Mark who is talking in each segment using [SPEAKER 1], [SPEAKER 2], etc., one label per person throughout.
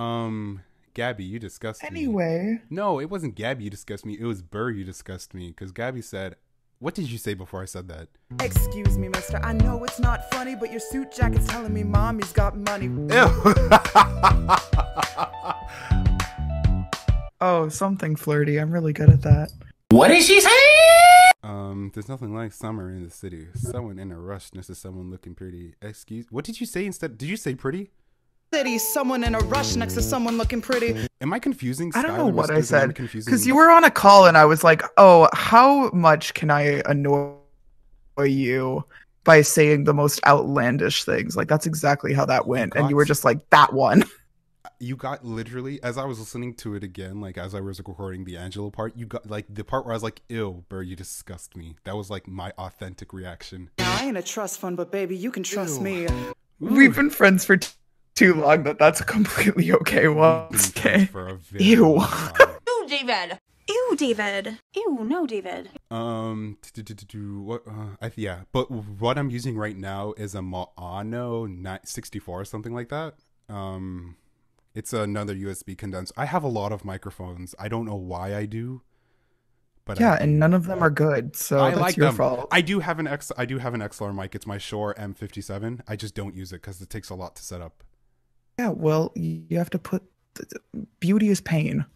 [SPEAKER 1] Um, Gabby, you disgust me.
[SPEAKER 2] Anyway,
[SPEAKER 1] No, it wasn't Gabby you disgust me. It was Burr you disgust me. Because Gabby said, What did you say before I said that?
[SPEAKER 3] Excuse me, mister. I know it's not funny, but your suit jacket's telling me mommy's got money.
[SPEAKER 1] Ew.
[SPEAKER 2] oh, something flirty. I'm really good at that.
[SPEAKER 4] What did she say?
[SPEAKER 1] um, there's nothing like summer in the city. Someone in a rush next to someone looking pretty. Excuse what did you say instead? Did you say pretty?
[SPEAKER 3] City, someone in a rush next to someone looking pretty.
[SPEAKER 1] Am I confusing?
[SPEAKER 2] I don't
[SPEAKER 1] Skylar
[SPEAKER 2] know what I
[SPEAKER 1] Misters? Am
[SPEAKER 2] said
[SPEAKER 1] confusing-
[SPEAKER 2] because you were on a call and I was like, "Oh, how much can I annoy you by saying the most outlandish things?" Like that's exactly how that went, and you were
[SPEAKER 1] got-
[SPEAKER 2] just like, "That one."
[SPEAKER 1] you got literally as I was listening to it again, like as I was recording the Angelo part, you got like the part where I was like, "Ew, Burr, you disgust me." That was like my authentic reaction.
[SPEAKER 3] Now, I ain't a trust fund, but baby, you can trust
[SPEAKER 1] Ew.
[SPEAKER 3] me.
[SPEAKER 2] We've been friends for t- too long that that's completely okay. Well,
[SPEAKER 1] Been friends
[SPEAKER 2] okay.
[SPEAKER 1] for a very
[SPEAKER 2] Ew.
[SPEAKER 1] long time.
[SPEAKER 5] Ew, David. Ew, David. Ew, no, David.
[SPEAKER 1] Um, t- t- t- t- what? Uh, I, yeah, but what I'm using right now is a Maano ni- 64 or something like that. Um, it's another USB condenser. I have a lot of microphones. I don't know why I do, but I
[SPEAKER 2] Yeah,
[SPEAKER 1] do.
[SPEAKER 2] and none of them are good, so
[SPEAKER 1] I
[SPEAKER 2] that's
[SPEAKER 1] like
[SPEAKER 2] your
[SPEAKER 1] them.
[SPEAKER 2] fault.
[SPEAKER 1] I do have an X. I do have an XLR mic. It's my Shure M57. I just don't use it because it takes a lot to set up.
[SPEAKER 2] yeah, well, you you have to put th- th- beauty is pain.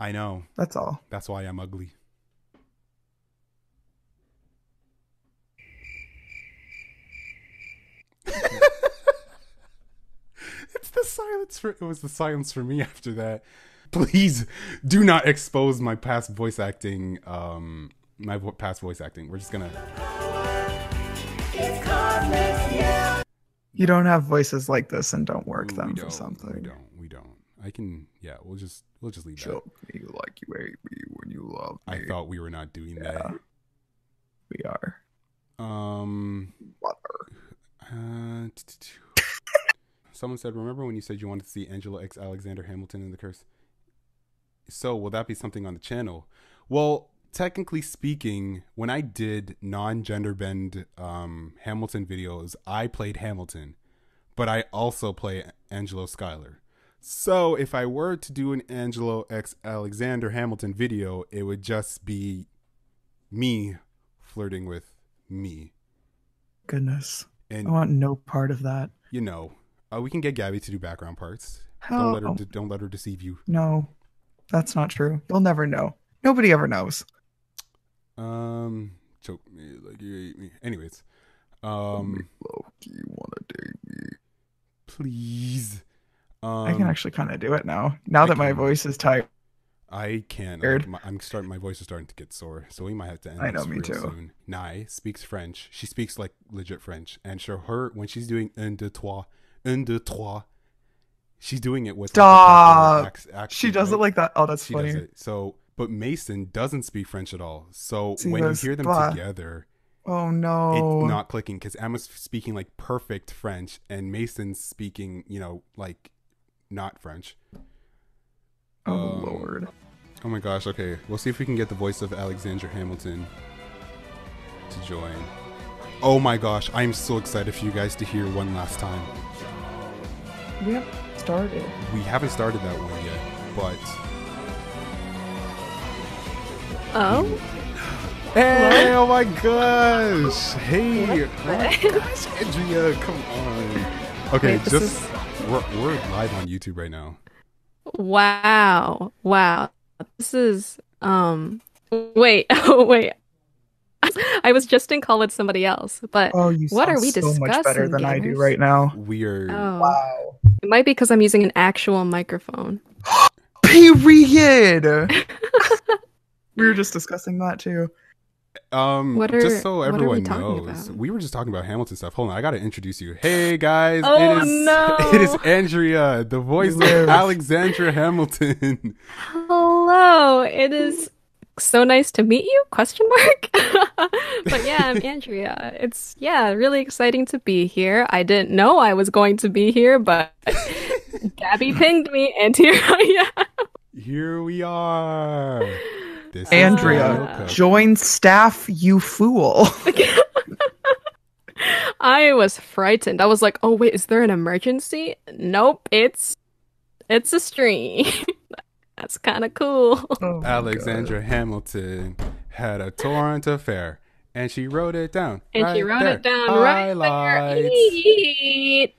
[SPEAKER 1] I know.
[SPEAKER 2] That's all.
[SPEAKER 1] That's why I'm ugly. it's the silence for it was the silence for me after that. Please do not expose my past voice acting. Um, my vo- past voice acting. We're just gonna.
[SPEAKER 2] You don't have voices like this, and don't work
[SPEAKER 1] we
[SPEAKER 2] them for
[SPEAKER 1] don't, We
[SPEAKER 2] something.
[SPEAKER 1] don't. We don't. I can. Yeah. We'll just. We'll just leave
[SPEAKER 2] Show me like you hate me when you love
[SPEAKER 1] that. I
[SPEAKER 2] me.
[SPEAKER 1] thought we were not doing
[SPEAKER 2] Yeah. We are.
[SPEAKER 1] that. Um.
[SPEAKER 2] Whatever.
[SPEAKER 1] Uh, t- t- t- Someone said, "Remember when you said you wanted to see Angela X Alexander Hamilton in The Curse?" So will that be something on the channel? Well, technically speaking, when I did non-gender bend um, Hamilton videos, I played Hamilton, but I also play Angelo Schuyler. So if I were to do an Angelo X Alexander Hamilton video, it would just be me flirting with me,
[SPEAKER 2] Goodness.
[SPEAKER 1] and
[SPEAKER 2] Oh, I want no part of that.
[SPEAKER 1] you know, uh, we can get Gabby to do background parts. Don't
[SPEAKER 2] How?
[SPEAKER 1] let her de- don't let her deceive you.
[SPEAKER 2] No, that's not true. You'll never know. Nobody ever knows.
[SPEAKER 1] Um, choke me like you hate me. Anyways, um,
[SPEAKER 2] Loki, you want to date me?
[SPEAKER 1] please. Um,
[SPEAKER 2] I can actually kind of do it now. Now
[SPEAKER 1] I
[SPEAKER 2] that my
[SPEAKER 1] can-
[SPEAKER 2] voice is tired.
[SPEAKER 1] I can't.
[SPEAKER 2] Weird.
[SPEAKER 1] My, I'm starting. My voice is starting to get sore, so we might have to end.
[SPEAKER 2] I know,
[SPEAKER 1] this
[SPEAKER 2] me
[SPEAKER 1] real
[SPEAKER 2] too.
[SPEAKER 1] Soon. Nai speaks French. She speaks like legit French, and sure, her when she's doing un deux trois, un deux trois, she's doing it with like, a proper
[SPEAKER 2] Stop.
[SPEAKER 1] ac- accent,
[SPEAKER 2] She does it
[SPEAKER 1] right?
[SPEAKER 2] like that. Oh, that's
[SPEAKER 1] she
[SPEAKER 2] funny.
[SPEAKER 1] does it. So, but Mason doesn't speak French at all. So
[SPEAKER 2] See,
[SPEAKER 1] when you
[SPEAKER 2] that's
[SPEAKER 1] hear them
[SPEAKER 2] blah.
[SPEAKER 1] together,
[SPEAKER 2] Oh
[SPEAKER 1] it's
[SPEAKER 2] no.
[SPEAKER 1] not clicking because Emma's speaking like perfect French and Mason's speaking, you know, like not French.
[SPEAKER 2] oh
[SPEAKER 1] um,
[SPEAKER 2] lord.
[SPEAKER 1] Oh my gosh. Okay, we'll see if we can get the voice of Alexandra Hamilton to join. Oh my gosh, I'm so excited for you guys to hear one last time.
[SPEAKER 2] We have started.
[SPEAKER 1] We haven't started that one yet, but
[SPEAKER 5] Oh?
[SPEAKER 1] hey, oh my gosh, hey, oh my gosh, Andrea, come on. Okay,
[SPEAKER 6] Wait, this
[SPEAKER 1] just we're, we're live on YouTube right now.
[SPEAKER 6] Wow. Wow. This is um wait, oh wait. I was just in call with somebody else, but
[SPEAKER 2] Oh, you
[SPEAKER 6] What
[SPEAKER 2] sound
[SPEAKER 6] are we
[SPEAKER 2] so much better
[SPEAKER 6] discussing,
[SPEAKER 2] than I do
[SPEAKER 6] gamers?
[SPEAKER 2] right now.
[SPEAKER 1] We are.
[SPEAKER 6] oh,
[SPEAKER 2] Wow.
[SPEAKER 6] it might be because I'm using an actual microphone.
[SPEAKER 2] Period. we were just discussing that too.
[SPEAKER 1] Um,
[SPEAKER 6] Oh. What are-
[SPEAKER 1] just so
[SPEAKER 6] what are we
[SPEAKER 1] everyone
[SPEAKER 6] talking
[SPEAKER 1] knows,
[SPEAKER 6] about?
[SPEAKER 1] we were just talking about Hamilton stuff. Hold on, I gotta introduce you. Hey guys,
[SPEAKER 6] Oh,
[SPEAKER 1] it is
[SPEAKER 6] no.
[SPEAKER 1] it is Andrea, the voice of
[SPEAKER 2] Yes.
[SPEAKER 1] Alexandra Hamilton.
[SPEAKER 6] Hello, it is so nice to meet you? Question mark. but yeah, I'm Andrea. It's yeah, really exciting to be here. I didn't know I was going to be here, but Gabby pinged me, and here I am.
[SPEAKER 1] Here we are.
[SPEAKER 6] Ah,
[SPEAKER 1] This is
[SPEAKER 2] Andrea,
[SPEAKER 1] Daniel Cook.
[SPEAKER 2] join staff, you fool.
[SPEAKER 6] oh, I was frightened. I was like, oh, wait, is there an emergency? Nope, it's It's a stream. That's kind of cool.
[SPEAKER 2] Oh my
[SPEAKER 1] Alexandra Hamilton had a torrent affair, and she wrote it down.
[SPEAKER 6] And she
[SPEAKER 1] right
[SPEAKER 6] wrote it
[SPEAKER 1] there.
[SPEAKER 6] down right there.
[SPEAKER 1] Highlights.
[SPEAKER 6] Eat.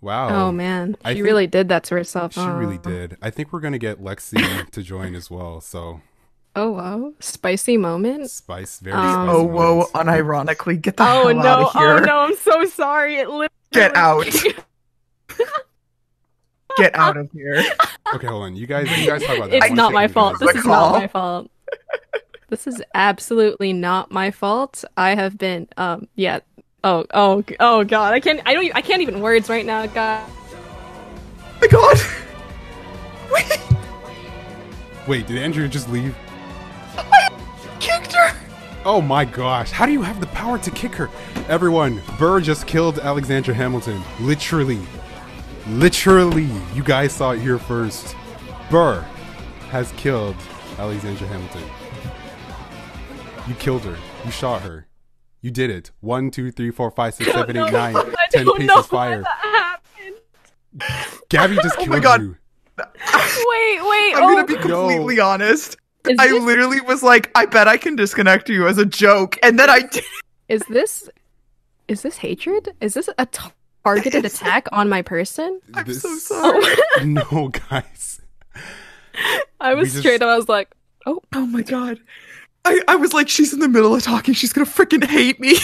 [SPEAKER 1] Wow.
[SPEAKER 6] Oh, man, Uh-huh.
[SPEAKER 1] I
[SPEAKER 6] she
[SPEAKER 1] think-
[SPEAKER 6] really did that to herself. Oh.
[SPEAKER 1] She really
[SPEAKER 6] huh?
[SPEAKER 1] did. I think we're gonna get Lexi to join as well. So
[SPEAKER 6] Oh wow, spicy moment.
[SPEAKER 1] spice, very.
[SPEAKER 6] Um,
[SPEAKER 2] God.
[SPEAKER 1] spicy
[SPEAKER 2] Oh whoa!
[SPEAKER 1] moments.
[SPEAKER 2] Unironically, get
[SPEAKER 6] Oh,
[SPEAKER 2] the hell out of here.
[SPEAKER 6] I'm so sorry. It literally
[SPEAKER 2] Get out. Get out of here. Oh
[SPEAKER 1] Okay, hold on. You guys, you guys talk about that.
[SPEAKER 6] it's
[SPEAKER 1] One
[SPEAKER 6] not
[SPEAKER 1] second,
[SPEAKER 6] my
[SPEAKER 1] you guys.
[SPEAKER 6] fault. This
[SPEAKER 2] The
[SPEAKER 6] is not
[SPEAKER 2] call.
[SPEAKER 6] my fault. This is absolutely not my fault. I have been um yeah. Oh oh oh god. I can't I don't e- I can't even words right now, god.
[SPEAKER 2] Oh my God. Wait,
[SPEAKER 1] Wait, did Andrew just leave?
[SPEAKER 2] kicked her.
[SPEAKER 1] Oh my gosh! How do you have the power to kick her? Everyone, Burr just killed Alexandra Hamilton. Literally, literally. You guys saw it here first. Burr has killed Alexandra Hamilton. You killed her. You shot her. You did it. One, two, three, four, five, six, seven, eight, nine. Ten
[SPEAKER 6] I don't
[SPEAKER 1] paces
[SPEAKER 6] know what
[SPEAKER 1] fired.
[SPEAKER 6] that Oh happened.
[SPEAKER 1] Gabby just killed
[SPEAKER 2] my God.
[SPEAKER 1] you.
[SPEAKER 6] Wait, wait.
[SPEAKER 2] I'm
[SPEAKER 6] oh,
[SPEAKER 2] gonna be
[SPEAKER 1] no.
[SPEAKER 2] completely honest.
[SPEAKER 6] is,
[SPEAKER 2] I
[SPEAKER 6] this,
[SPEAKER 2] literally was like, I bet I can disconnect you as a joke, and then I did.
[SPEAKER 6] is this is this hatred? Is this a t- targeted attack on my person?
[SPEAKER 2] I'm so
[SPEAKER 1] This-
[SPEAKER 2] sorry.
[SPEAKER 1] no, guys.
[SPEAKER 6] I was
[SPEAKER 1] just-
[SPEAKER 6] straight up I was like, "Oh,
[SPEAKER 2] Oh my god. I, I was like, she's in the middle of talking. She's gonna freaking hate me.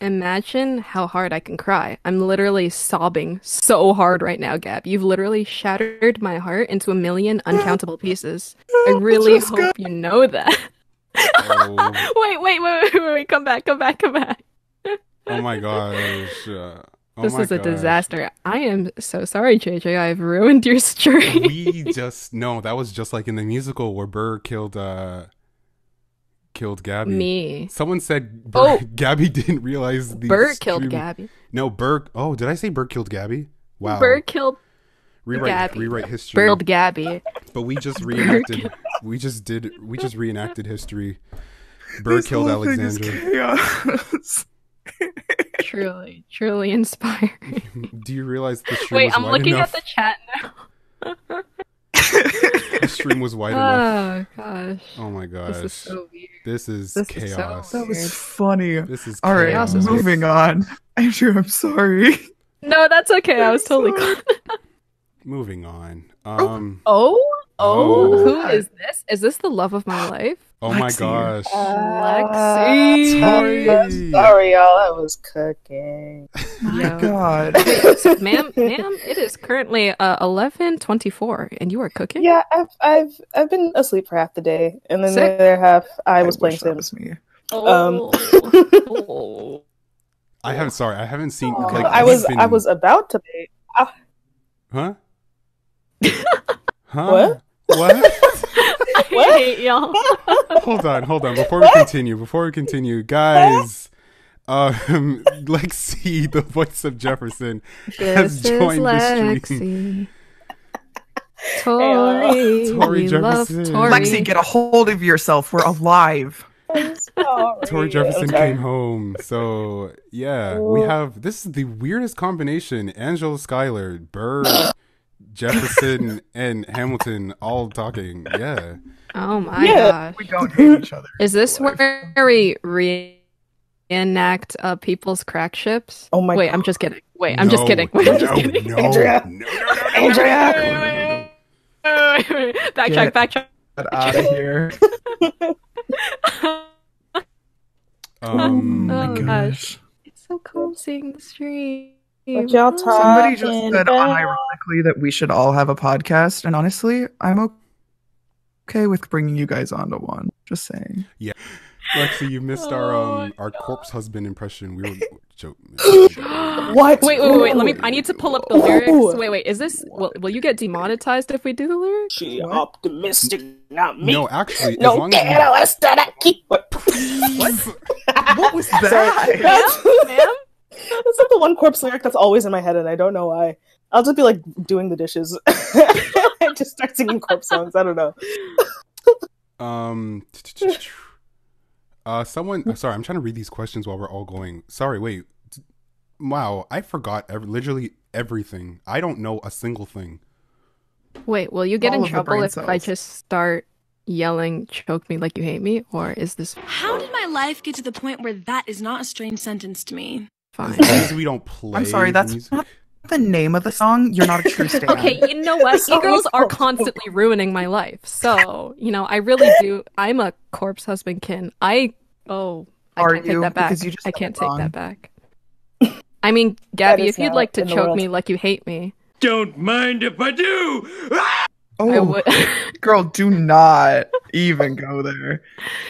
[SPEAKER 6] Imagine how hard I can cry. I'm literally sobbing so hard right now, Gab. You've literally shattered my heart into a million uncountable pieces. I really
[SPEAKER 2] Jessica.
[SPEAKER 6] hope you know that.
[SPEAKER 1] Oh,
[SPEAKER 6] wait, wait, wait, wait, wait, wait, come back, come back, come back.
[SPEAKER 1] oh my gosh. Uh, oh
[SPEAKER 6] This
[SPEAKER 1] my
[SPEAKER 6] is a
[SPEAKER 1] gosh.
[SPEAKER 6] disaster. I am so sorry, JJ. I've ruined your stream.
[SPEAKER 1] we just no. That was just like in the musical where Burr killed uh killed Gabby.
[SPEAKER 6] Me.
[SPEAKER 1] Someone said Burr,
[SPEAKER 6] Oh.
[SPEAKER 1] Gabby didn't realize the
[SPEAKER 6] Burr killed
[SPEAKER 1] stream-
[SPEAKER 6] Gabby.
[SPEAKER 1] No, Burr. Oh, did I say Burr killed Gabby? Wow.
[SPEAKER 6] Burr killed
[SPEAKER 1] rewrite
[SPEAKER 6] Gabby.
[SPEAKER 1] rewrite history.
[SPEAKER 6] Burr Gabby.
[SPEAKER 1] But we just reenacted. we just did. We just reenacted history. Burr
[SPEAKER 2] This
[SPEAKER 1] killed
[SPEAKER 2] whole thing
[SPEAKER 1] Alexander.
[SPEAKER 2] is chaos.
[SPEAKER 6] Truly, truly inspiring.
[SPEAKER 1] Do you realize the stream
[SPEAKER 6] Wait,
[SPEAKER 1] was
[SPEAKER 6] I'm
[SPEAKER 1] wide
[SPEAKER 6] looking
[SPEAKER 1] enough?
[SPEAKER 6] at the chat now.
[SPEAKER 1] the stream was wide enough.
[SPEAKER 6] Oh gosh.
[SPEAKER 1] Oh my gosh.
[SPEAKER 6] This is so weird.
[SPEAKER 1] This is
[SPEAKER 6] This is so
[SPEAKER 1] chaos.
[SPEAKER 2] that was
[SPEAKER 6] Weird.
[SPEAKER 2] funny.
[SPEAKER 1] this is
[SPEAKER 2] All right,
[SPEAKER 1] chaos.
[SPEAKER 6] is weird.
[SPEAKER 2] moving on. Andrew, I'm sorry.
[SPEAKER 6] No, that's okay. I was totally
[SPEAKER 2] sorry.
[SPEAKER 6] caught.
[SPEAKER 1] Moving on. Um.
[SPEAKER 6] Oh,
[SPEAKER 1] Oh.
[SPEAKER 6] oh, who is this? Is this the love of my life?
[SPEAKER 1] Oh my
[SPEAKER 2] Lexi.
[SPEAKER 1] gosh.
[SPEAKER 6] Lexi.
[SPEAKER 1] Sorry.
[SPEAKER 4] Sorry, y'all. I was cooking.
[SPEAKER 2] My God.
[SPEAKER 6] ma'am, ma'am, it is currently uh, eleven twenty-four, and you are cooking.
[SPEAKER 4] Yeah, I've I've I've been asleep for half the day, and then
[SPEAKER 6] Sick.
[SPEAKER 4] the other half I was
[SPEAKER 2] wish
[SPEAKER 4] playing
[SPEAKER 2] that was
[SPEAKER 4] Sims.
[SPEAKER 2] me.
[SPEAKER 6] Oh. Oh.
[SPEAKER 1] I haven't. Sorry, I haven't seen.
[SPEAKER 4] Oh,
[SPEAKER 1] Like,
[SPEAKER 4] I
[SPEAKER 1] I've
[SPEAKER 4] was
[SPEAKER 1] been-
[SPEAKER 4] I was about to. be-
[SPEAKER 1] Huh? huh? What? What?
[SPEAKER 6] I
[SPEAKER 4] What?
[SPEAKER 6] hate y'all.
[SPEAKER 1] hold on, hold on. Before we continue, before we continue, guys. Um, Lexi, the voice of Jefferson, has
[SPEAKER 6] This is
[SPEAKER 1] joined the stream.
[SPEAKER 6] Lexi. Tori,
[SPEAKER 1] Tori
[SPEAKER 6] we love
[SPEAKER 1] Jefferson.
[SPEAKER 6] Tori.
[SPEAKER 2] Lexi, get a hold of yourself. We're alive.
[SPEAKER 4] I'm sorry.
[SPEAKER 1] Tori
[SPEAKER 4] I'm
[SPEAKER 1] Jefferson
[SPEAKER 4] sorry.
[SPEAKER 1] came home, so yeah, we have this is the weirdest combination: Angela Schuyler, Burr, Jefferson, and Hamilton all talking. Yeah.
[SPEAKER 6] Oh my
[SPEAKER 4] Yeah.
[SPEAKER 6] gosh.
[SPEAKER 2] We don't hate each other.
[SPEAKER 6] Is this
[SPEAKER 2] Alive.
[SPEAKER 6] where we reenact uh, people's crack ships?
[SPEAKER 4] Oh my
[SPEAKER 6] Wait,
[SPEAKER 4] God.
[SPEAKER 6] I'm just kidding. Wait, I'm just
[SPEAKER 1] No,
[SPEAKER 6] kidding. Wait,
[SPEAKER 1] no,
[SPEAKER 6] I'm just kidding.
[SPEAKER 1] No,
[SPEAKER 4] Andrea.
[SPEAKER 1] no, no, no, no,
[SPEAKER 4] Andrea.
[SPEAKER 1] no, no, no, no, no.
[SPEAKER 6] Wait, wait, wait. Backtrack,
[SPEAKER 2] Get-
[SPEAKER 6] backtrack.
[SPEAKER 2] Get out of here.
[SPEAKER 1] Um,
[SPEAKER 6] Oh,
[SPEAKER 2] my
[SPEAKER 6] gosh. It's so cool seeing the stream.
[SPEAKER 4] What y'all
[SPEAKER 6] Oh.
[SPEAKER 4] talk-
[SPEAKER 2] Somebody just
[SPEAKER 4] Fucking
[SPEAKER 2] said
[SPEAKER 4] bad.
[SPEAKER 2] unironically that we should all have a podcast, and honestly, I'm okay with bringing you guys onto one. Just saying.
[SPEAKER 1] Lexi, you missed our
[SPEAKER 6] Oh
[SPEAKER 1] um our corpse husband impression. We were joke.
[SPEAKER 4] What?
[SPEAKER 6] Wait, wait, wait, wait. Let me. I need to pull up the lyrics. Wait, wait. Is this? Will, will you get demonetized if we do the lyrics?
[SPEAKER 4] She optimistic, not me.
[SPEAKER 1] No, actually, as long
[SPEAKER 4] quiero
[SPEAKER 1] as
[SPEAKER 4] estar aquí. What?
[SPEAKER 1] you, what?
[SPEAKER 2] What was
[SPEAKER 4] Sorry.
[SPEAKER 2] that?
[SPEAKER 4] That's, that's
[SPEAKER 6] Ma'am?
[SPEAKER 4] like the one corpse lyric that's always in my head, and I don't know why. I'll just be like doing the dishes. I just start singing corpse songs. I don't know.
[SPEAKER 1] um, uh, someone. I'm sorry, I'm trying to read these questions while we're all going. Sorry, wait. Wow, I forgot ev- literally everything. I don't know a single thing.
[SPEAKER 6] Wait, will you get
[SPEAKER 2] All
[SPEAKER 6] in
[SPEAKER 2] of the
[SPEAKER 6] trouble
[SPEAKER 2] brain
[SPEAKER 6] if I
[SPEAKER 2] cells.
[SPEAKER 6] just start yelling, choke me like you hate me? Or is this
[SPEAKER 5] How did my life get to the point where that is not a strange sentence to me?
[SPEAKER 6] fine?
[SPEAKER 1] As long as we don't play.
[SPEAKER 2] sorry,
[SPEAKER 1] the
[SPEAKER 2] that's
[SPEAKER 1] music-
[SPEAKER 2] not- The name of the song, You're Not a True Stan.
[SPEAKER 6] Okay, you know what? You
[SPEAKER 4] Always
[SPEAKER 6] girls are
[SPEAKER 4] corpse.
[SPEAKER 6] constantly ruining my life. So, you know, I really do. I'm a corpse husband kin. I, oh, I
[SPEAKER 2] Are
[SPEAKER 6] can't
[SPEAKER 2] you?
[SPEAKER 6] take that back.
[SPEAKER 2] Because you just
[SPEAKER 6] I
[SPEAKER 2] said
[SPEAKER 6] can't
[SPEAKER 2] it
[SPEAKER 6] take
[SPEAKER 2] wrong.
[SPEAKER 6] that back. I mean, Gabby,
[SPEAKER 4] is
[SPEAKER 6] if you'd
[SPEAKER 4] now
[SPEAKER 6] like to
[SPEAKER 4] in the
[SPEAKER 6] choke
[SPEAKER 4] world.
[SPEAKER 6] me like you hate me,
[SPEAKER 7] Don't mind if I do.
[SPEAKER 2] Oh,
[SPEAKER 6] I would.
[SPEAKER 2] girl, do not even go there.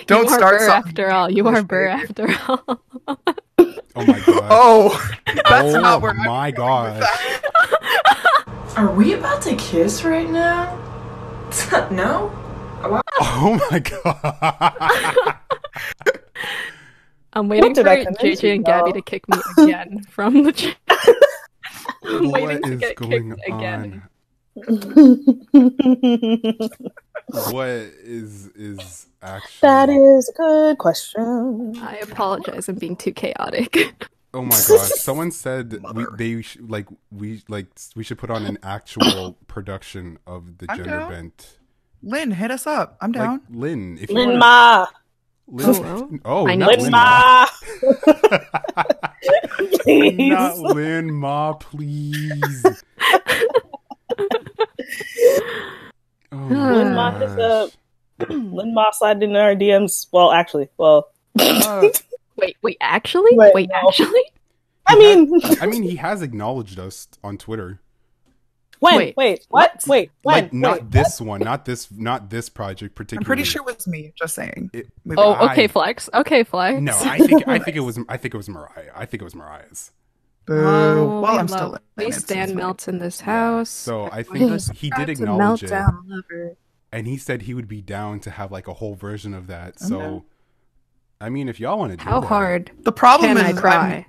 [SPEAKER 2] Don't
[SPEAKER 6] you are
[SPEAKER 2] start
[SPEAKER 6] Burr
[SPEAKER 2] something.
[SPEAKER 6] after all. You are
[SPEAKER 2] English,
[SPEAKER 6] Burr
[SPEAKER 2] baby.
[SPEAKER 6] after all.
[SPEAKER 1] Oh my god.
[SPEAKER 2] Oh, that's
[SPEAKER 1] oh
[SPEAKER 2] not where I'm
[SPEAKER 1] my god.
[SPEAKER 8] Are we about to kiss right now? no?
[SPEAKER 1] Oh my god.
[SPEAKER 6] I'm waiting for
[SPEAKER 4] did I convince
[SPEAKER 6] JJ
[SPEAKER 4] you
[SPEAKER 6] and Gabby
[SPEAKER 4] of?
[SPEAKER 6] to kick me again from the chat. I'm waiting
[SPEAKER 1] what
[SPEAKER 6] to
[SPEAKER 1] is
[SPEAKER 6] get
[SPEAKER 1] going
[SPEAKER 6] kicked again.
[SPEAKER 1] on? What is is actually
[SPEAKER 4] that is a good question.
[SPEAKER 6] I apologize. I'm being too chaotic.
[SPEAKER 1] Oh my gosh! Someone said we,
[SPEAKER 2] Mother.
[SPEAKER 1] they sh- like we like we should put on an actual production of the
[SPEAKER 2] I'm
[SPEAKER 1] gender
[SPEAKER 2] down.
[SPEAKER 1] bent.
[SPEAKER 2] Lynn, hit us up. I'm
[SPEAKER 1] Like
[SPEAKER 2] down.
[SPEAKER 1] Lynn, if
[SPEAKER 4] Lin
[SPEAKER 1] you
[SPEAKER 4] Ma.
[SPEAKER 1] Lynn,
[SPEAKER 6] Hello?
[SPEAKER 1] oh,
[SPEAKER 6] I
[SPEAKER 1] not
[SPEAKER 6] know
[SPEAKER 1] Lin
[SPEAKER 4] Lin
[SPEAKER 1] Ma. not
[SPEAKER 4] Ma. Please.
[SPEAKER 1] Lynn Ma, please. oh my
[SPEAKER 6] Lin Ma
[SPEAKER 4] is a-
[SPEAKER 1] gosh.
[SPEAKER 4] Lin Ma slid into our DMs. Well, actually, well,
[SPEAKER 1] Uh,
[SPEAKER 6] Wait, wait, actually?
[SPEAKER 4] Wait,
[SPEAKER 6] wait,
[SPEAKER 4] no.
[SPEAKER 6] actually?
[SPEAKER 4] I mean,
[SPEAKER 1] I mean, he has acknowledged us on Twitter.
[SPEAKER 4] when?
[SPEAKER 6] Wait.
[SPEAKER 4] Wait, what? Wait, when?
[SPEAKER 1] like not
[SPEAKER 4] Wait,
[SPEAKER 1] this one, not this, not this project particularly.
[SPEAKER 2] I'm pretty sure it was me. Just saying.
[SPEAKER 1] It-
[SPEAKER 2] Maybe
[SPEAKER 6] Oh,
[SPEAKER 1] I-
[SPEAKER 6] okay, Flex. Okay, Flex.
[SPEAKER 1] No, I think I think it was I think it was Mariah. I think it was Mariah's.
[SPEAKER 2] Boo.
[SPEAKER 6] Oh,
[SPEAKER 2] well,
[SPEAKER 6] we
[SPEAKER 2] I'm
[SPEAKER 6] love-
[SPEAKER 2] still.
[SPEAKER 6] We
[SPEAKER 2] Lynn, it's-
[SPEAKER 6] stand
[SPEAKER 2] it's
[SPEAKER 6] melts in this
[SPEAKER 1] Yeah.
[SPEAKER 6] house.
[SPEAKER 1] So I
[SPEAKER 6] Everyone
[SPEAKER 1] think
[SPEAKER 6] just
[SPEAKER 1] he did
[SPEAKER 6] about to
[SPEAKER 1] acknowledge
[SPEAKER 6] melt
[SPEAKER 1] it,
[SPEAKER 6] down, lover.
[SPEAKER 1] and he said he would be down to have like a whole version of that. So,
[SPEAKER 2] Okay.
[SPEAKER 1] I mean, if y'all want to do
[SPEAKER 6] How
[SPEAKER 1] that,
[SPEAKER 6] hard
[SPEAKER 2] fine. The problem
[SPEAKER 6] can
[SPEAKER 2] is
[SPEAKER 6] I
[SPEAKER 2] I'm-
[SPEAKER 6] cry?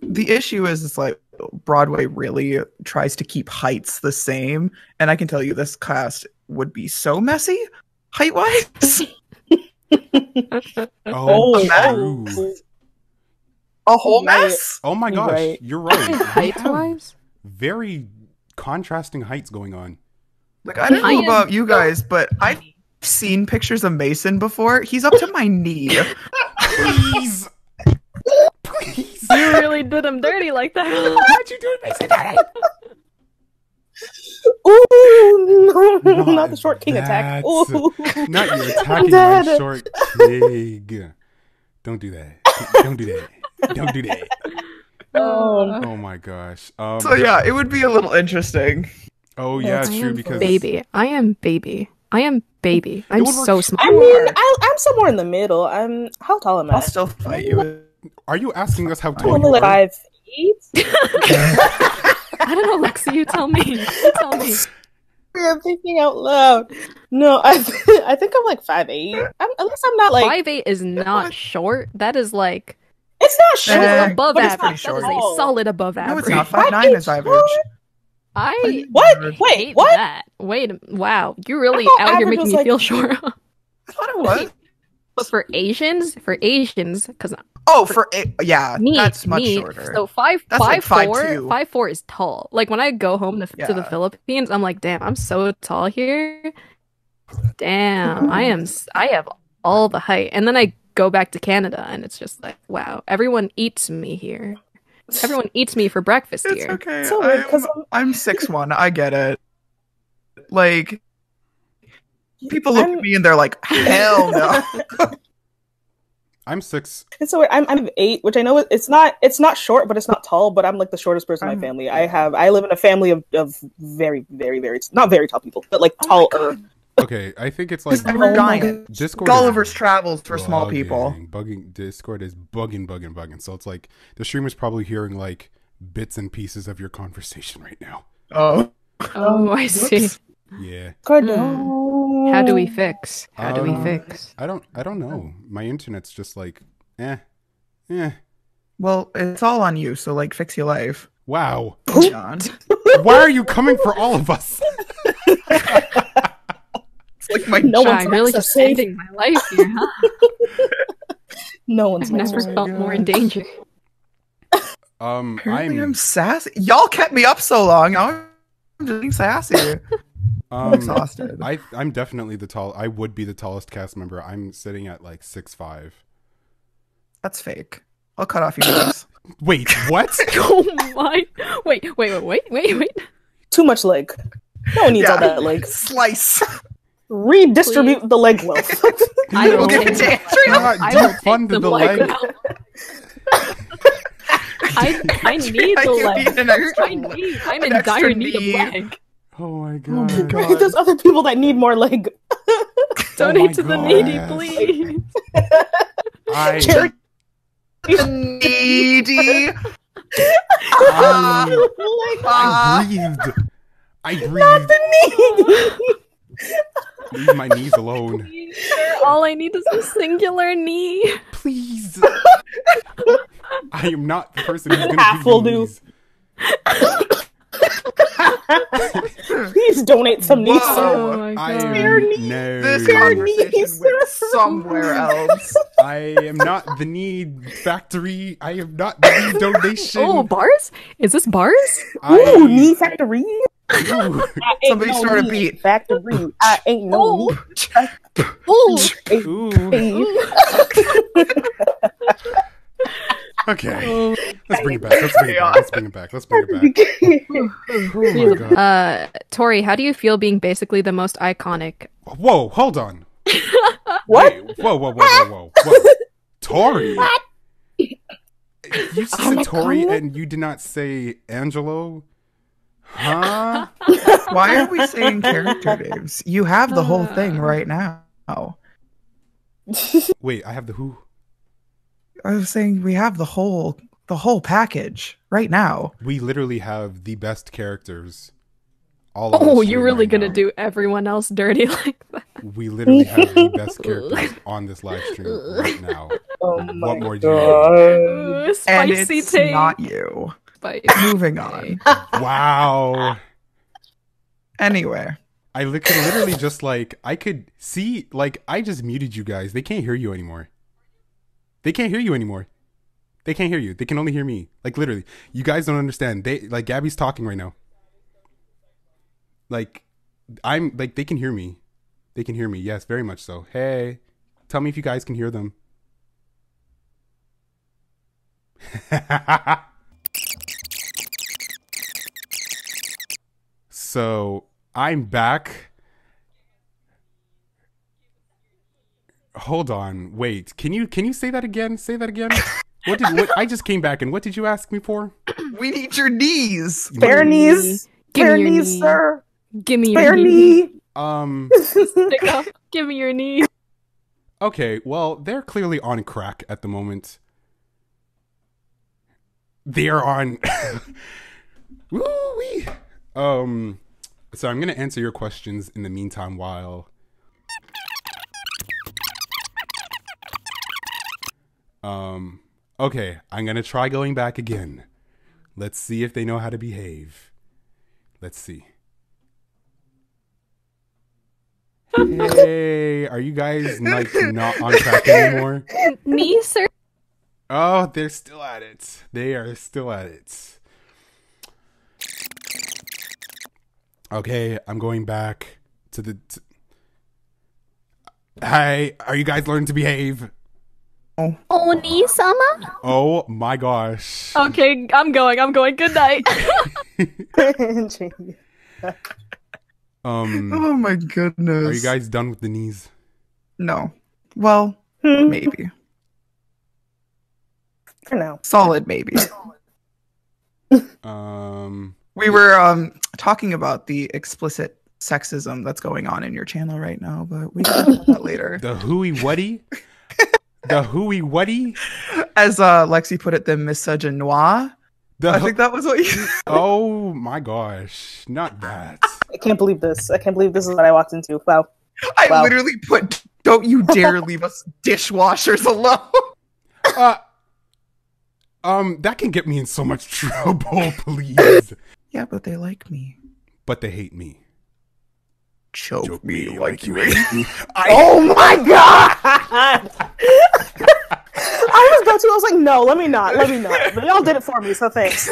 [SPEAKER 2] the issue is it's like Broadway really tries to keep heights the same, and I can tell you this cast would be so messy height wise.
[SPEAKER 1] Oh,
[SPEAKER 4] oh,
[SPEAKER 1] true.
[SPEAKER 2] A whole
[SPEAKER 4] Right.
[SPEAKER 2] mess.
[SPEAKER 1] oh my gosh,
[SPEAKER 4] Right.
[SPEAKER 1] you're right. We
[SPEAKER 6] Height
[SPEAKER 1] have
[SPEAKER 6] wise?
[SPEAKER 1] very contrasting heights going on.
[SPEAKER 2] Like I don't
[SPEAKER 6] I
[SPEAKER 2] know
[SPEAKER 6] am
[SPEAKER 2] about you guys, but I've seen pictures of Mason before. He's up to my knee.
[SPEAKER 1] Please, please,
[SPEAKER 6] You really did him dirty like that.
[SPEAKER 1] why'd you do it, Mason?
[SPEAKER 4] Ooh, no,
[SPEAKER 1] Not
[SPEAKER 4] not the short king attack.
[SPEAKER 1] that.
[SPEAKER 4] Ooh.
[SPEAKER 1] Not you
[SPEAKER 4] I'm
[SPEAKER 1] attacking my
[SPEAKER 4] dead.
[SPEAKER 1] short king. Don't do that. Don't do that. Don't do that.
[SPEAKER 4] Oh,
[SPEAKER 1] Oh my gosh. Um,
[SPEAKER 2] so yeah, it would be a little interesting.
[SPEAKER 1] Oh yeah,
[SPEAKER 6] I
[SPEAKER 1] true
[SPEAKER 6] am
[SPEAKER 1] because
[SPEAKER 6] baby. I am baby. I am baby. I'm
[SPEAKER 1] would work
[SPEAKER 6] so
[SPEAKER 1] f-
[SPEAKER 4] I
[SPEAKER 6] small.
[SPEAKER 4] mean, I, I'm somewhere in the middle. I'm how tall am I?
[SPEAKER 2] I'll still fight you.
[SPEAKER 1] Are you asking us how
[SPEAKER 4] I'm
[SPEAKER 1] tall
[SPEAKER 4] only
[SPEAKER 1] you
[SPEAKER 4] like
[SPEAKER 1] are?
[SPEAKER 4] five feet.
[SPEAKER 6] I don't know, Lexi. You tell me. You tell me.
[SPEAKER 4] I'm thinking out loud. No, I I think I'm like five eight. I'm, at least I'm not like
[SPEAKER 6] Five eight is not short. That is like
[SPEAKER 4] it's not short.
[SPEAKER 2] Eh,
[SPEAKER 6] that's above
[SPEAKER 4] but it's
[SPEAKER 6] average.
[SPEAKER 2] not
[SPEAKER 6] That is a
[SPEAKER 4] short.
[SPEAKER 6] solid above average.
[SPEAKER 2] No, it's not.
[SPEAKER 4] Five
[SPEAKER 2] Five nine
[SPEAKER 4] eight,
[SPEAKER 2] is average.
[SPEAKER 6] I
[SPEAKER 4] What?
[SPEAKER 2] Average.
[SPEAKER 4] Wait,
[SPEAKER 6] hate
[SPEAKER 4] what?
[SPEAKER 6] that. Wait, a- wow, you really
[SPEAKER 4] thought
[SPEAKER 6] out here
[SPEAKER 4] average
[SPEAKER 6] making
[SPEAKER 4] was
[SPEAKER 6] me
[SPEAKER 4] like-
[SPEAKER 6] feel short.
[SPEAKER 2] I thought it was.
[SPEAKER 6] but for Asians, for Asians, because
[SPEAKER 2] Oh, for eight, yeah,
[SPEAKER 6] me,
[SPEAKER 2] that's much
[SPEAKER 6] me,
[SPEAKER 2] shorter.
[SPEAKER 6] so five,
[SPEAKER 2] That's like
[SPEAKER 6] five,
[SPEAKER 2] five
[SPEAKER 6] four-
[SPEAKER 2] two.
[SPEAKER 6] five four is tall. Like when I go home to, to the
[SPEAKER 2] Yeah.
[SPEAKER 6] Philippines, I'm like, damn, I'm so tall here. Damn, I am. s- I have all the height, and then I go back to Canada, and it's just like, wow, everyone eats me here. Everyone eats me for breakfast
[SPEAKER 2] it's
[SPEAKER 6] here.
[SPEAKER 2] okay.
[SPEAKER 4] So weird
[SPEAKER 2] I'm-
[SPEAKER 4] because I'm
[SPEAKER 2] I'm six one. I get it. Like people look
[SPEAKER 4] I'm-
[SPEAKER 2] at me and they're like, "Hell no!"
[SPEAKER 1] I'm six.
[SPEAKER 4] It's so weird. I'm I'm eight, which I know it- it's not it's not short, but it's not tall. But I'm like the shortest person in
[SPEAKER 2] I'm-
[SPEAKER 4] my family. I have I live in a family of, of very very very not very tall people, but like
[SPEAKER 2] Oh my
[SPEAKER 4] taller.
[SPEAKER 2] God.
[SPEAKER 1] Okay, I think it's like
[SPEAKER 2] It's never giant.
[SPEAKER 1] Discord.
[SPEAKER 2] Gulliver's
[SPEAKER 1] is
[SPEAKER 2] Travels for small
[SPEAKER 1] bugging,
[SPEAKER 2] people.
[SPEAKER 1] Bugging Discord is bugging, bugging, bugging. So it's like the streamer's probably hearing like bits and pieces of your conversation right now.
[SPEAKER 2] Oh,
[SPEAKER 6] Oh, I see.
[SPEAKER 1] Yeah,
[SPEAKER 4] Cardone.
[SPEAKER 6] Hmm. How do we fix? How do we
[SPEAKER 1] Um,
[SPEAKER 6] fix?
[SPEAKER 1] I don't, I don't know. My internet's just like, eh, eh.
[SPEAKER 2] well, it's all on you. So like, fix your life,
[SPEAKER 1] Wow,
[SPEAKER 2] John. it's
[SPEAKER 1] why are you coming for all of us?
[SPEAKER 2] like my
[SPEAKER 4] No
[SPEAKER 6] Wow,
[SPEAKER 4] one's
[SPEAKER 6] I'm really
[SPEAKER 4] access
[SPEAKER 6] just
[SPEAKER 4] saved.
[SPEAKER 6] ending my life here, huh?
[SPEAKER 4] No one's
[SPEAKER 6] I've never
[SPEAKER 4] microphone.
[SPEAKER 6] felt more in danger.
[SPEAKER 1] Um,
[SPEAKER 2] Apparently I'm,
[SPEAKER 1] I'm
[SPEAKER 2] sassy. Y'all kept me up so long. Now I'm just being sassy. I'm
[SPEAKER 1] Um,
[SPEAKER 2] exhausted.
[SPEAKER 1] I I'm definitely the tall. I would be the tallest cast member. I'm sitting at like six five.
[SPEAKER 2] That's fake. I'll cut off your legs.
[SPEAKER 1] Wait, what?
[SPEAKER 6] Oh my! Wait, wait, wait, wait, wait, wait.
[SPEAKER 4] Too much leg. No one needs all that leg.
[SPEAKER 2] Slice.
[SPEAKER 4] Redistribute the leg wealth.
[SPEAKER 6] I
[SPEAKER 2] We'll
[SPEAKER 6] will
[SPEAKER 2] give it to Andrea.
[SPEAKER 1] God,
[SPEAKER 6] I
[SPEAKER 1] don't
[SPEAKER 6] will
[SPEAKER 1] fund
[SPEAKER 6] take the,
[SPEAKER 1] the
[SPEAKER 6] leg.
[SPEAKER 1] leg.
[SPEAKER 6] out. I, I need the
[SPEAKER 2] You
[SPEAKER 6] leg.
[SPEAKER 2] need an extra
[SPEAKER 6] I
[SPEAKER 2] leg.
[SPEAKER 6] need. I'm
[SPEAKER 2] An
[SPEAKER 6] in
[SPEAKER 2] extra
[SPEAKER 6] dire need of
[SPEAKER 2] knee.
[SPEAKER 6] leg.
[SPEAKER 1] Oh my god.
[SPEAKER 2] Oh my god.
[SPEAKER 4] There's other people that need more leg.
[SPEAKER 6] Donate to the
[SPEAKER 1] God.
[SPEAKER 6] needy, please.
[SPEAKER 1] I,
[SPEAKER 4] Charity.
[SPEAKER 2] Needy.
[SPEAKER 1] Oh I,
[SPEAKER 4] Leg.
[SPEAKER 2] Ah.
[SPEAKER 1] I breathed. I breathed. Leave my knees alone.
[SPEAKER 6] All I need is a singular knee.
[SPEAKER 1] Please. I am not the person who's gonna
[SPEAKER 4] Half
[SPEAKER 1] give
[SPEAKER 4] will
[SPEAKER 1] you
[SPEAKER 4] do. Oh
[SPEAKER 1] knees.
[SPEAKER 4] Please donate some knees.
[SPEAKER 2] Whoa. Oh,
[SPEAKER 6] my
[SPEAKER 1] I
[SPEAKER 6] god.
[SPEAKER 1] am no.
[SPEAKER 2] This
[SPEAKER 4] knees.
[SPEAKER 2] conversation went somewhere else.
[SPEAKER 1] I am not the need factory. I am not the need donation.
[SPEAKER 6] Oh, bars? Is this bars?
[SPEAKER 1] I,
[SPEAKER 4] Ooh, knee factory.
[SPEAKER 1] Ooh.
[SPEAKER 4] I ain't
[SPEAKER 2] Somebody
[SPEAKER 4] no
[SPEAKER 2] start a
[SPEAKER 4] knee
[SPEAKER 2] beat.
[SPEAKER 4] Factory. I ain't no
[SPEAKER 6] Oh. Ooh.
[SPEAKER 4] knee.
[SPEAKER 1] Ooh.
[SPEAKER 4] factory.
[SPEAKER 1] Okay. Let's bring it back. Let's bring it back. Let's bring it back. Let's bring it back. Oh my god.
[SPEAKER 6] Uh, Tori, how do you feel being basically the most iconic?
[SPEAKER 1] Whoa, hold on.
[SPEAKER 4] What?
[SPEAKER 1] Wait, whoa, whoa, whoa, whoa, whoa. whoa. Tori.
[SPEAKER 6] Oh
[SPEAKER 1] You said Tori and you did not say Angelo? Huh?
[SPEAKER 2] Why are we saying character names? You have the whole thing
[SPEAKER 6] Uh.
[SPEAKER 2] right now. I
[SPEAKER 1] Wait, I have the who.
[SPEAKER 2] was saying we have the whole the whole package right now.
[SPEAKER 1] We literally have the best characters. All of
[SPEAKER 6] Oh,
[SPEAKER 1] us
[SPEAKER 6] you're
[SPEAKER 1] right
[SPEAKER 6] really
[SPEAKER 1] now.
[SPEAKER 6] gonna do everyone else dirty like that.
[SPEAKER 1] We literally have the best characters on this live stream right now.
[SPEAKER 4] Oh
[SPEAKER 1] What
[SPEAKER 4] my
[SPEAKER 1] more do you
[SPEAKER 4] god.
[SPEAKER 6] Ooh,
[SPEAKER 2] And
[SPEAKER 6] spicy
[SPEAKER 2] it's
[SPEAKER 6] take.
[SPEAKER 2] not you.
[SPEAKER 6] Spicy.
[SPEAKER 2] Moving on.
[SPEAKER 1] Wow.
[SPEAKER 2] Anyway,
[SPEAKER 1] I li- could literally just like I could see like I just muted you guys. They can't hear you anymore. They can't hear you anymore. They can't hear you. They can only hear me. Like literally. You guys don't understand. They like Gabby's talking right now. Like I'm like they can hear me. They can hear me. Yes, very much so. Hey. Tell me if you guys can hear them. so I'm back. Hold on, wait. Can you can you say that again? Say that again. What did what, I just came back and what did you ask me for?
[SPEAKER 2] we need your knees.
[SPEAKER 4] Bare knees.
[SPEAKER 6] Give
[SPEAKER 4] Bare
[SPEAKER 6] me your
[SPEAKER 4] knees,
[SPEAKER 6] knee.
[SPEAKER 4] sir.
[SPEAKER 6] Give me your
[SPEAKER 4] Bare
[SPEAKER 6] knee.
[SPEAKER 4] knee.
[SPEAKER 1] Um.
[SPEAKER 6] Stick up. Give me your knee.
[SPEAKER 1] Okay. Well, they're clearly on crack at the moment. They're on. Woo-wee. Um. So I'm gonna answer your questions in the meantime while. Um. Okay. I'm gonna try going back again. Let's see if they know how to behave. Let's see. Hey, are you guys like not on track anymore?
[SPEAKER 6] knee, sir.
[SPEAKER 1] Oh, they're still at it. They are still at it. Okay, I'm going back to the. t- Hey, are you guys learning to behave?
[SPEAKER 6] Oh, knee, sama.
[SPEAKER 1] Oh my gosh.
[SPEAKER 2] Oh.
[SPEAKER 6] Okay, I'm going. I'm going. Good night.
[SPEAKER 1] Um,
[SPEAKER 2] Oh my goodness.
[SPEAKER 1] Mm. are you guys done with the knees?
[SPEAKER 2] No. Well,
[SPEAKER 4] Hmm,
[SPEAKER 2] maybe.
[SPEAKER 4] For now.
[SPEAKER 2] Solid maybe.
[SPEAKER 1] Um,
[SPEAKER 2] We were um talking about the explicit sexism that's going on in your channel right now, but we can talk about that later.
[SPEAKER 1] the hooey whaty? the hooey whaty?
[SPEAKER 2] As uh Lexi put it, the misogynoir.
[SPEAKER 1] The
[SPEAKER 2] I
[SPEAKER 1] hoo-
[SPEAKER 2] think that was what you
[SPEAKER 1] oh my gosh, not that.
[SPEAKER 4] I can't believe this. I can't believe this is what I walked into. Wow.
[SPEAKER 2] I
[SPEAKER 4] Wow.
[SPEAKER 2] literally put don't you dare leave us dishwashers alone.
[SPEAKER 1] Uh, um, that can get me in so much trouble, please.
[SPEAKER 2] yeah, but they like me.
[SPEAKER 1] but they hate me.
[SPEAKER 2] Choke,
[SPEAKER 1] Joke
[SPEAKER 2] me,
[SPEAKER 1] me
[SPEAKER 2] like
[SPEAKER 1] like
[SPEAKER 2] you
[SPEAKER 1] you
[SPEAKER 2] hate me.
[SPEAKER 4] Oh my god! I was about to. I was like, no, let me not. Let me not. But y'all did it for me, so thanks.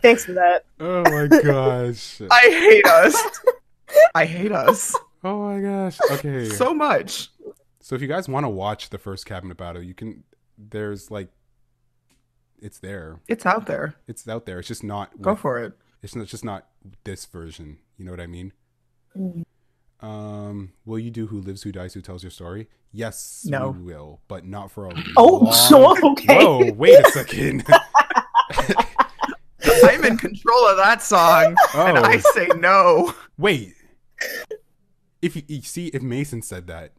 [SPEAKER 4] Thanks for that.
[SPEAKER 1] oh my gosh.
[SPEAKER 2] I hate us. I hate us
[SPEAKER 1] Oh my gosh. Okay.
[SPEAKER 2] so much.
[SPEAKER 1] So if you guys want to watch the first Cabinet Battle, you can. There's like, it's there.
[SPEAKER 2] It's out there.
[SPEAKER 1] It's out there. It's just not.
[SPEAKER 2] Go
[SPEAKER 1] with-
[SPEAKER 2] for it.
[SPEAKER 1] It's not, it's just not this version. You know what I mean?
[SPEAKER 4] Mm.
[SPEAKER 1] Um. Will you do Who Lives, Who Dies, Who Tells Your Story? Yes.
[SPEAKER 2] No.
[SPEAKER 1] We will, but not for a
[SPEAKER 4] Oh,
[SPEAKER 1] long-
[SPEAKER 4] sure. Okay.
[SPEAKER 1] Whoa! Wait a second.
[SPEAKER 2] I'm in control of that song, and I
[SPEAKER 1] Oh,
[SPEAKER 2] say no.
[SPEAKER 1] wait. If you, you see, if Mason said that,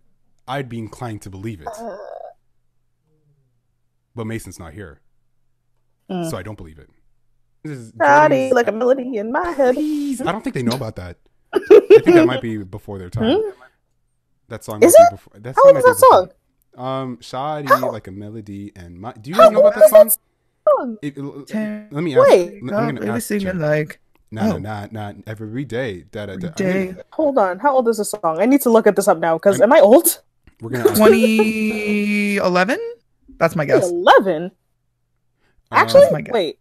[SPEAKER 1] I'd be inclined to believe it. But Mason's not here,
[SPEAKER 4] Mm.
[SPEAKER 1] so I don't believe it. This is
[SPEAKER 4] Naughty,
[SPEAKER 1] Jordan's-
[SPEAKER 4] like a melody in my head.
[SPEAKER 1] Please. I don't think they know about that. I think that might be before their time. That song
[SPEAKER 4] Hmm? Is
[SPEAKER 1] might
[SPEAKER 4] it?
[SPEAKER 1] be before. That
[SPEAKER 4] How
[SPEAKER 1] song
[SPEAKER 4] old is
[SPEAKER 1] might be
[SPEAKER 4] that
[SPEAKER 1] before-
[SPEAKER 4] song?
[SPEAKER 1] Um, Shadi, like a melody, and my. Do you
[SPEAKER 4] How
[SPEAKER 1] guys know about
[SPEAKER 4] old
[SPEAKER 1] that
[SPEAKER 4] is
[SPEAKER 1] song?
[SPEAKER 4] that song?
[SPEAKER 1] It- it-
[SPEAKER 2] Ten-
[SPEAKER 1] let me ask.
[SPEAKER 4] Wait.
[SPEAKER 1] I'm gonna
[SPEAKER 2] really
[SPEAKER 1] ask.
[SPEAKER 2] singing
[SPEAKER 1] Jen.
[SPEAKER 2] like
[SPEAKER 1] No,
[SPEAKER 2] oh.
[SPEAKER 1] no, not not every day. Da, da, da. I
[SPEAKER 2] day
[SPEAKER 1] mean,
[SPEAKER 4] Hold on. How old is this song? I need to look at this up now because am I old?
[SPEAKER 1] we're gonna ask.
[SPEAKER 2] 2011. That's my guess.
[SPEAKER 4] 11.
[SPEAKER 1] um,
[SPEAKER 4] Actually,
[SPEAKER 2] my God.
[SPEAKER 4] wait.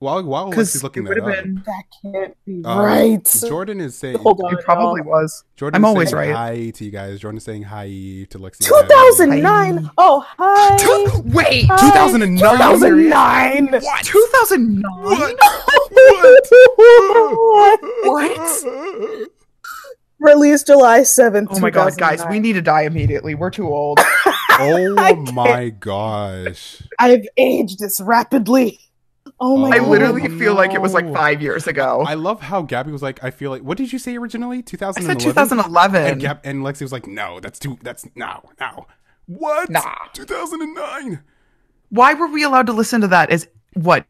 [SPEAKER 1] while while
[SPEAKER 2] Because
[SPEAKER 1] Lexi's
[SPEAKER 2] it
[SPEAKER 1] Oh, looking
[SPEAKER 2] would
[SPEAKER 1] that
[SPEAKER 2] have
[SPEAKER 1] up,
[SPEAKER 2] been.
[SPEAKER 4] That can't be
[SPEAKER 1] um,
[SPEAKER 4] right.
[SPEAKER 1] Jordan is saying.
[SPEAKER 4] Hold on.
[SPEAKER 2] It
[SPEAKER 4] Uh,
[SPEAKER 2] Uh, probably was.
[SPEAKER 1] Jordan
[SPEAKER 2] I'm
[SPEAKER 1] is
[SPEAKER 2] always
[SPEAKER 1] saying
[SPEAKER 2] right.
[SPEAKER 1] Hi to you guys. Jordan is saying hi to Lexi.
[SPEAKER 4] 2009.
[SPEAKER 2] Hi.
[SPEAKER 4] Oh, hi.
[SPEAKER 2] Wait,
[SPEAKER 4] Hi.
[SPEAKER 1] 2009?
[SPEAKER 4] 2009.
[SPEAKER 1] What?
[SPEAKER 2] 2009.
[SPEAKER 4] What?
[SPEAKER 2] What?
[SPEAKER 4] Released July 7th.
[SPEAKER 2] Oh my god, guys, we
[SPEAKER 4] 2009.
[SPEAKER 2] need to die immediately. We're too old.
[SPEAKER 1] Oh my gosh.
[SPEAKER 4] I've aged this rapidly. Oh my
[SPEAKER 1] Oh.
[SPEAKER 2] I
[SPEAKER 4] god.
[SPEAKER 2] literally feel like it was like
[SPEAKER 1] no.
[SPEAKER 2] five years ago.
[SPEAKER 1] I love how Gabby was like, I feel like, what did you say originally?
[SPEAKER 2] I said
[SPEAKER 1] 2011?
[SPEAKER 2] 2011.
[SPEAKER 1] And, Gab- and Lexi was like, no, that's too, that's now, now. What?
[SPEAKER 2] Nah.
[SPEAKER 1] 2009.
[SPEAKER 2] Why were we allowed to listen to that as what?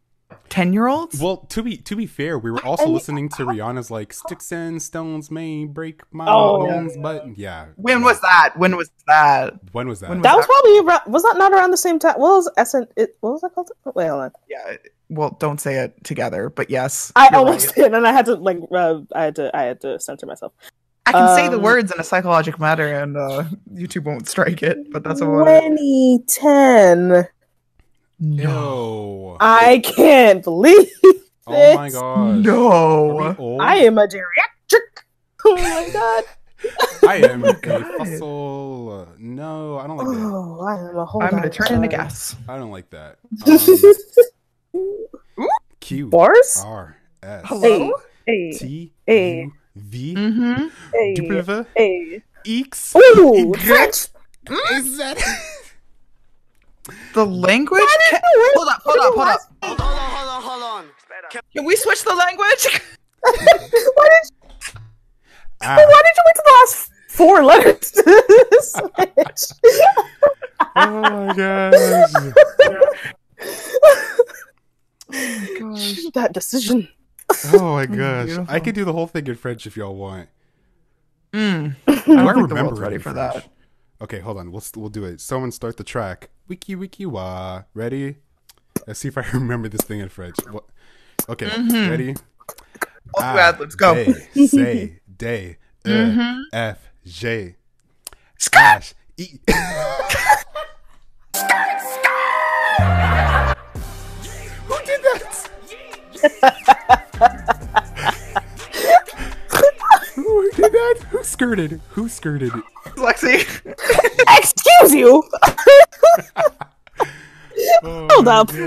[SPEAKER 2] 10 year olds?
[SPEAKER 1] Well, to be to be fair, we were also listening to Rihanna's like sticks and stones may break my
[SPEAKER 4] Oh.
[SPEAKER 1] bones, but yeah.
[SPEAKER 2] When was that? When was that?
[SPEAKER 1] When was that?
[SPEAKER 2] When
[SPEAKER 4] That was
[SPEAKER 2] was
[SPEAKER 4] probably around, was that not around the same time? What was SN? It, what was that called? Wait, hold on.
[SPEAKER 2] Yeah. Well, don't say it together, but yes.
[SPEAKER 4] I
[SPEAKER 2] you're
[SPEAKER 4] almost
[SPEAKER 2] right.
[SPEAKER 4] did, and I had to like uh, I had to I had to censor myself.
[SPEAKER 2] I can say the
[SPEAKER 4] um,
[SPEAKER 2] words in a psychological matter and uh, YouTube won't strike it, but that's what it is.
[SPEAKER 4] 2010.
[SPEAKER 2] No.
[SPEAKER 1] no.
[SPEAKER 4] I can't believe.
[SPEAKER 1] oh my gosh. Are we
[SPEAKER 2] No.
[SPEAKER 1] old?
[SPEAKER 4] I am a geriatric. Oh my god.
[SPEAKER 1] I am a
[SPEAKER 2] God.
[SPEAKER 1] fossil. No, I don't like that.
[SPEAKER 4] Oh, I am a whole.
[SPEAKER 2] I'm going to
[SPEAKER 4] dinosaur.
[SPEAKER 2] turn in a gas.
[SPEAKER 1] I don't like that. Um, Q
[SPEAKER 4] Bars.
[SPEAKER 1] R S
[SPEAKER 2] Hello?
[SPEAKER 4] Hey,
[SPEAKER 1] T
[SPEAKER 4] Hey.
[SPEAKER 1] U V E.
[SPEAKER 2] Mm-hmm.
[SPEAKER 4] hey,
[SPEAKER 1] W
[SPEAKER 4] hey.
[SPEAKER 1] X
[SPEAKER 4] Ooh,
[SPEAKER 1] Y-
[SPEAKER 4] French.
[SPEAKER 1] Is that
[SPEAKER 2] The language? Can- hold up, hold up, hold up.
[SPEAKER 9] Hold on, hold on, hold on.
[SPEAKER 2] Can we switch the language?
[SPEAKER 4] Why did
[SPEAKER 1] Ah,
[SPEAKER 4] Why did you wait to the last four letters? to switch?
[SPEAKER 1] Oh my gosh.
[SPEAKER 4] that decision.
[SPEAKER 1] Oh my gosh. I
[SPEAKER 2] Beautiful.
[SPEAKER 1] could do the whole thing in French if y'all want.
[SPEAKER 2] Mm. I don't think the
[SPEAKER 1] remember
[SPEAKER 2] world's
[SPEAKER 1] it
[SPEAKER 2] ready
[SPEAKER 1] in
[SPEAKER 2] for
[SPEAKER 1] French.
[SPEAKER 2] that.
[SPEAKER 1] Okay, hold on. We'll s- we'll do it. Someone start the track. Wiki wiki wa. Ready? Let's see if I remember this thing in French. What? Okay, ready?
[SPEAKER 2] All two ad libs, go.
[SPEAKER 1] They, say, they, uh, F, J. Ash, E. Who did that? Who did that? Who skirted? Who skirted?
[SPEAKER 2] Lexi.
[SPEAKER 4] Excuse you.
[SPEAKER 1] Oh
[SPEAKER 4] Hold up.
[SPEAKER 1] gosh.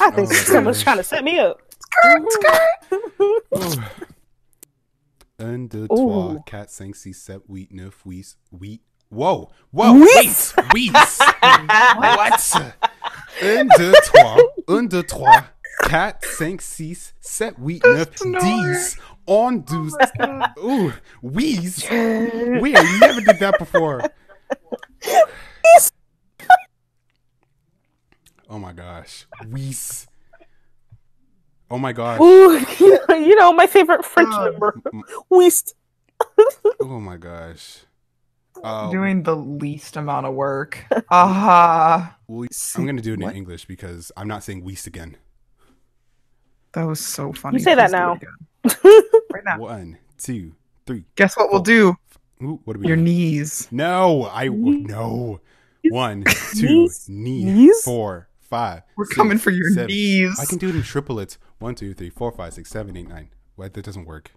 [SPEAKER 4] I think
[SPEAKER 1] Oh,
[SPEAKER 4] someone's
[SPEAKER 1] gosh.
[SPEAKER 4] trying to set me up.
[SPEAKER 1] Oh. Un, deux, trois,
[SPEAKER 4] Ooh.
[SPEAKER 1] quatre, cinq, six, sept, huit, neuf, huit, huit. Whoa, whoa,
[SPEAKER 4] Huit.
[SPEAKER 1] wheat, wheat. what? Un, deux, trois, un, deux, trois, quatre, cinq, six, sept, huit, neuf, dix, on,
[SPEAKER 4] Oh
[SPEAKER 1] douze. Ooh, wheeze. We ain't never did that before. Oh my gosh, wheeze. Oh my gosh.
[SPEAKER 4] Ooh, you know my favorite French number. Wist.
[SPEAKER 1] Oh my gosh. Uh,
[SPEAKER 2] Doing the least amount of work. Aha.
[SPEAKER 1] we- I'm
[SPEAKER 2] See-
[SPEAKER 1] going to do it
[SPEAKER 2] what?
[SPEAKER 1] in English because I'm not saying weast again.
[SPEAKER 2] That was so funny.
[SPEAKER 4] You say that
[SPEAKER 2] Please do it
[SPEAKER 4] now.
[SPEAKER 2] again. right now.
[SPEAKER 1] One, two, three.
[SPEAKER 2] Guess what we'll do?
[SPEAKER 1] Ooh, what do we
[SPEAKER 2] Your
[SPEAKER 1] do?
[SPEAKER 2] knees.
[SPEAKER 1] No, I no. One, two, knees,
[SPEAKER 4] Knees?
[SPEAKER 1] four, five.
[SPEAKER 2] We're
[SPEAKER 1] six,
[SPEAKER 2] coming for your
[SPEAKER 1] seven.
[SPEAKER 2] knees.
[SPEAKER 1] I can do it in triplets. One, two, three, four, five, six, seven, eight, nine. Wait, that doesn't work.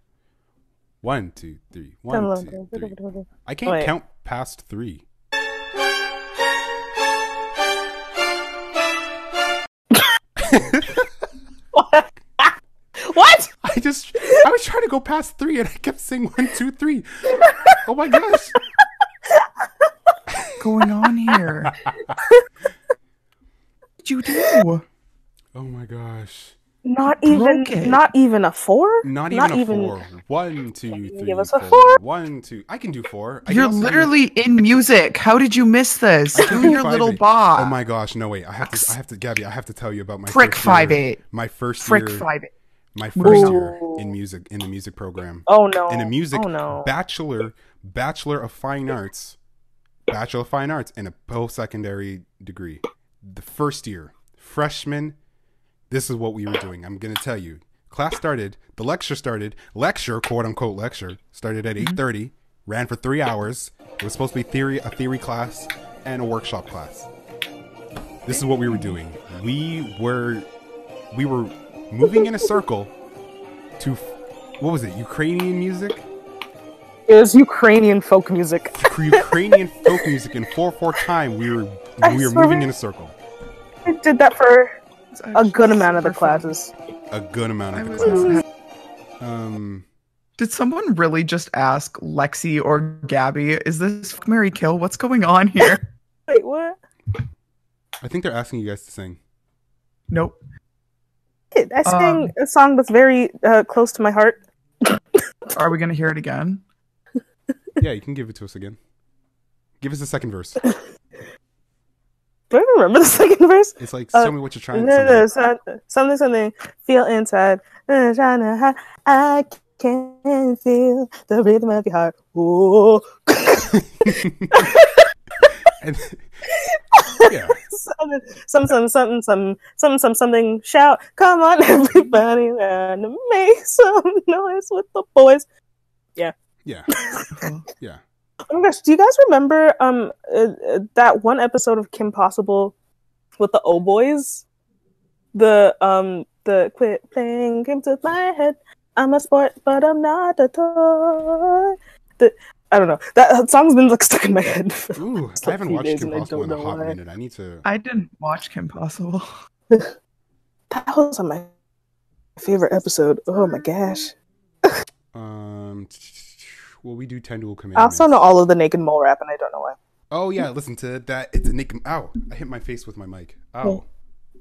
[SPEAKER 1] One, two, three. One, two, three. I can't
[SPEAKER 4] Wait.
[SPEAKER 1] count past three.
[SPEAKER 4] What?
[SPEAKER 1] I just I was trying to go past three and I kept saying one, two, three. Oh my gosh.
[SPEAKER 2] going on here? what did you do?
[SPEAKER 1] Oh my gosh.
[SPEAKER 4] Not even
[SPEAKER 2] Broke it.
[SPEAKER 4] not even a four?
[SPEAKER 1] Not even a four. One, two, three.
[SPEAKER 4] give us a
[SPEAKER 1] four.
[SPEAKER 4] four?
[SPEAKER 1] One, two. I can do four. I can
[SPEAKER 2] You're
[SPEAKER 1] also do-
[SPEAKER 2] literally in music. How did you miss this?
[SPEAKER 1] I can do
[SPEAKER 2] Do your
[SPEAKER 1] five
[SPEAKER 2] little
[SPEAKER 1] eight.
[SPEAKER 2] bar.
[SPEAKER 1] Oh my gosh, no wait. I have to I have to Gabby, I have to tell you about my
[SPEAKER 2] Frick
[SPEAKER 1] first
[SPEAKER 2] five
[SPEAKER 1] year-
[SPEAKER 2] eight.
[SPEAKER 1] My first
[SPEAKER 2] Frick
[SPEAKER 1] year
[SPEAKER 2] five.
[SPEAKER 1] my first
[SPEAKER 4] Ooh.
[SPEAKER 1] year in music in the music program.
[SPEAKER 4] Oh no.
[SPEAKER 1] in a music
[SPEAKER 4] Oh no.
[SPEAKER 1] bachelor bachelor of fine arts bachelor of fine arts and a post-secondary degree the first year freshman this is what we were doing i'm gonna tell you class started the lecture started lecture quote unquote lecture started at
[SPEAKER 4] Mm-hmm.
[SPEAKER 1] 8.30 ran for three hours it was supposed to be theory a theory class and a workshop class this is what we were doing we were we were moving in a circle to f- what was it ukrainian music
[SPEAKER 4] It was Ukrainian folk music.
[SPEAKER 1] Ukrainian folk music in four four time. We were
[SPEAKER 4] I
[SPEAKER 1] we were
[SPEAKER 4] swear.
[SPEAKER 1] moving in a circle.
[SPEAKER 4] I did that for
[SPEAKER 2] It's
[SPEAKER 4] a good
[SPEAKER 2] actually
[SPEAKER 4] amount of the
[SPEAKER 2] super fun.
[SPEAKER 4] classes.
[SPEAKER 1] A good amount
[SPEAKER 2] I
[SPEAKER 1] of the
[SPEAKER 2] was
[SPEAKER 1] class.
[SPEAKER 2] gonna-
[SPEAKER 1] Um,
[SPEAKER 2] Did someone really just ask Lexi or Gabby, is this fuck, Mary Kill? What's going on here?
[SPEAKER 4] Wait, what?
[SPEAKER 1] I think they're asking you guys to sing.
[SPEAKER 2] nope.
[SPEAKER 4] I sang
[SPEAKER 2] Um,
[SPEAKER 4] a song that's very uh, close to my heart.
[SPEAKER 2] Are we going to hear it again?
[SPEAKER 1] Yeah, you can give it to us again. Give us the second verse.
[SPEAKER 4] Do I remember the second verse?
[SPEAKER 1] It's like
[SPEAKER 4] Uh,
[SPEAKER 1] tell me what you're trying.
[SPEAKER 4] No, no,
[SPEAKER 1] to
[SPEAKER 4] so- something, something. Feel inside. Uh, trying to hide. I can feel the rhythm of your heart. Ooh.
[SPEAKER 1] and, yeah,
[SPEAKER 4] something, something, something, something, something, something, something. Shout, come on, everybody, and make some noise with the boys.
[SPEAKER 1] yeah,
[SPEAKER 2] Cool.
[SPEAKER 1] yeah.
[SPEAKER 4] Oh my gosh, do you guys remember um uh, uh, that one episode of Kim Possible with the O Boys? The um the quit playing games with my head. I'm a sport, but I'm not a toy. The, I don't know. That song's been like stuck in my head.
[SPEAKER 1] Ooh,
[SPEAKER 4] It's
[SPEAKER 1] I
[SPEAKER 4] like
[SPEAKER 1] haven't
[SPEAKER 4] few
[SPEAKER 1] watched
[SPEAKER 4] days
[SPEAKER 1] Kim
[SPEAKER 4] and I
[SPEAKER 1] Possible in
[SPEAKER 4] don't
[SPEAKER 1] a
[SPEAKER 4] know
[SPEAKER 1] hot
[SPEAKER 4] why.
[SPEAKER 1] minute. I need to.
[SPEAKER 2] I didn't watch Kim Possible.
[SPEAKER 4] that was on my favorite episode. Oh my gosh.
[SPEAKER 1] Um, well, we do ten dual
[SPEAKER 4] I
[SPEAKER 1] commandments.
[SPEAKER 4] also know all of the Naked Mole rap, and I don't know why.
[SPEAKER 1] Oh yeah, listen to that. It's a nick. Ow! I hit my face with my mic. Ow!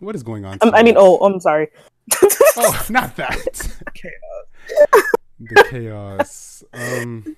[SPEAKER 1] what is going on?
[SPEAKER 4] Um, I
[SPEAKER 1] tonight?
[SPEAKER 4] mean, oh, I'm sorry.
[SPEAKER 1] oh, not that.
[SPEAKER 2] Chaos.
[SPEAKER 1] the chaos. Um,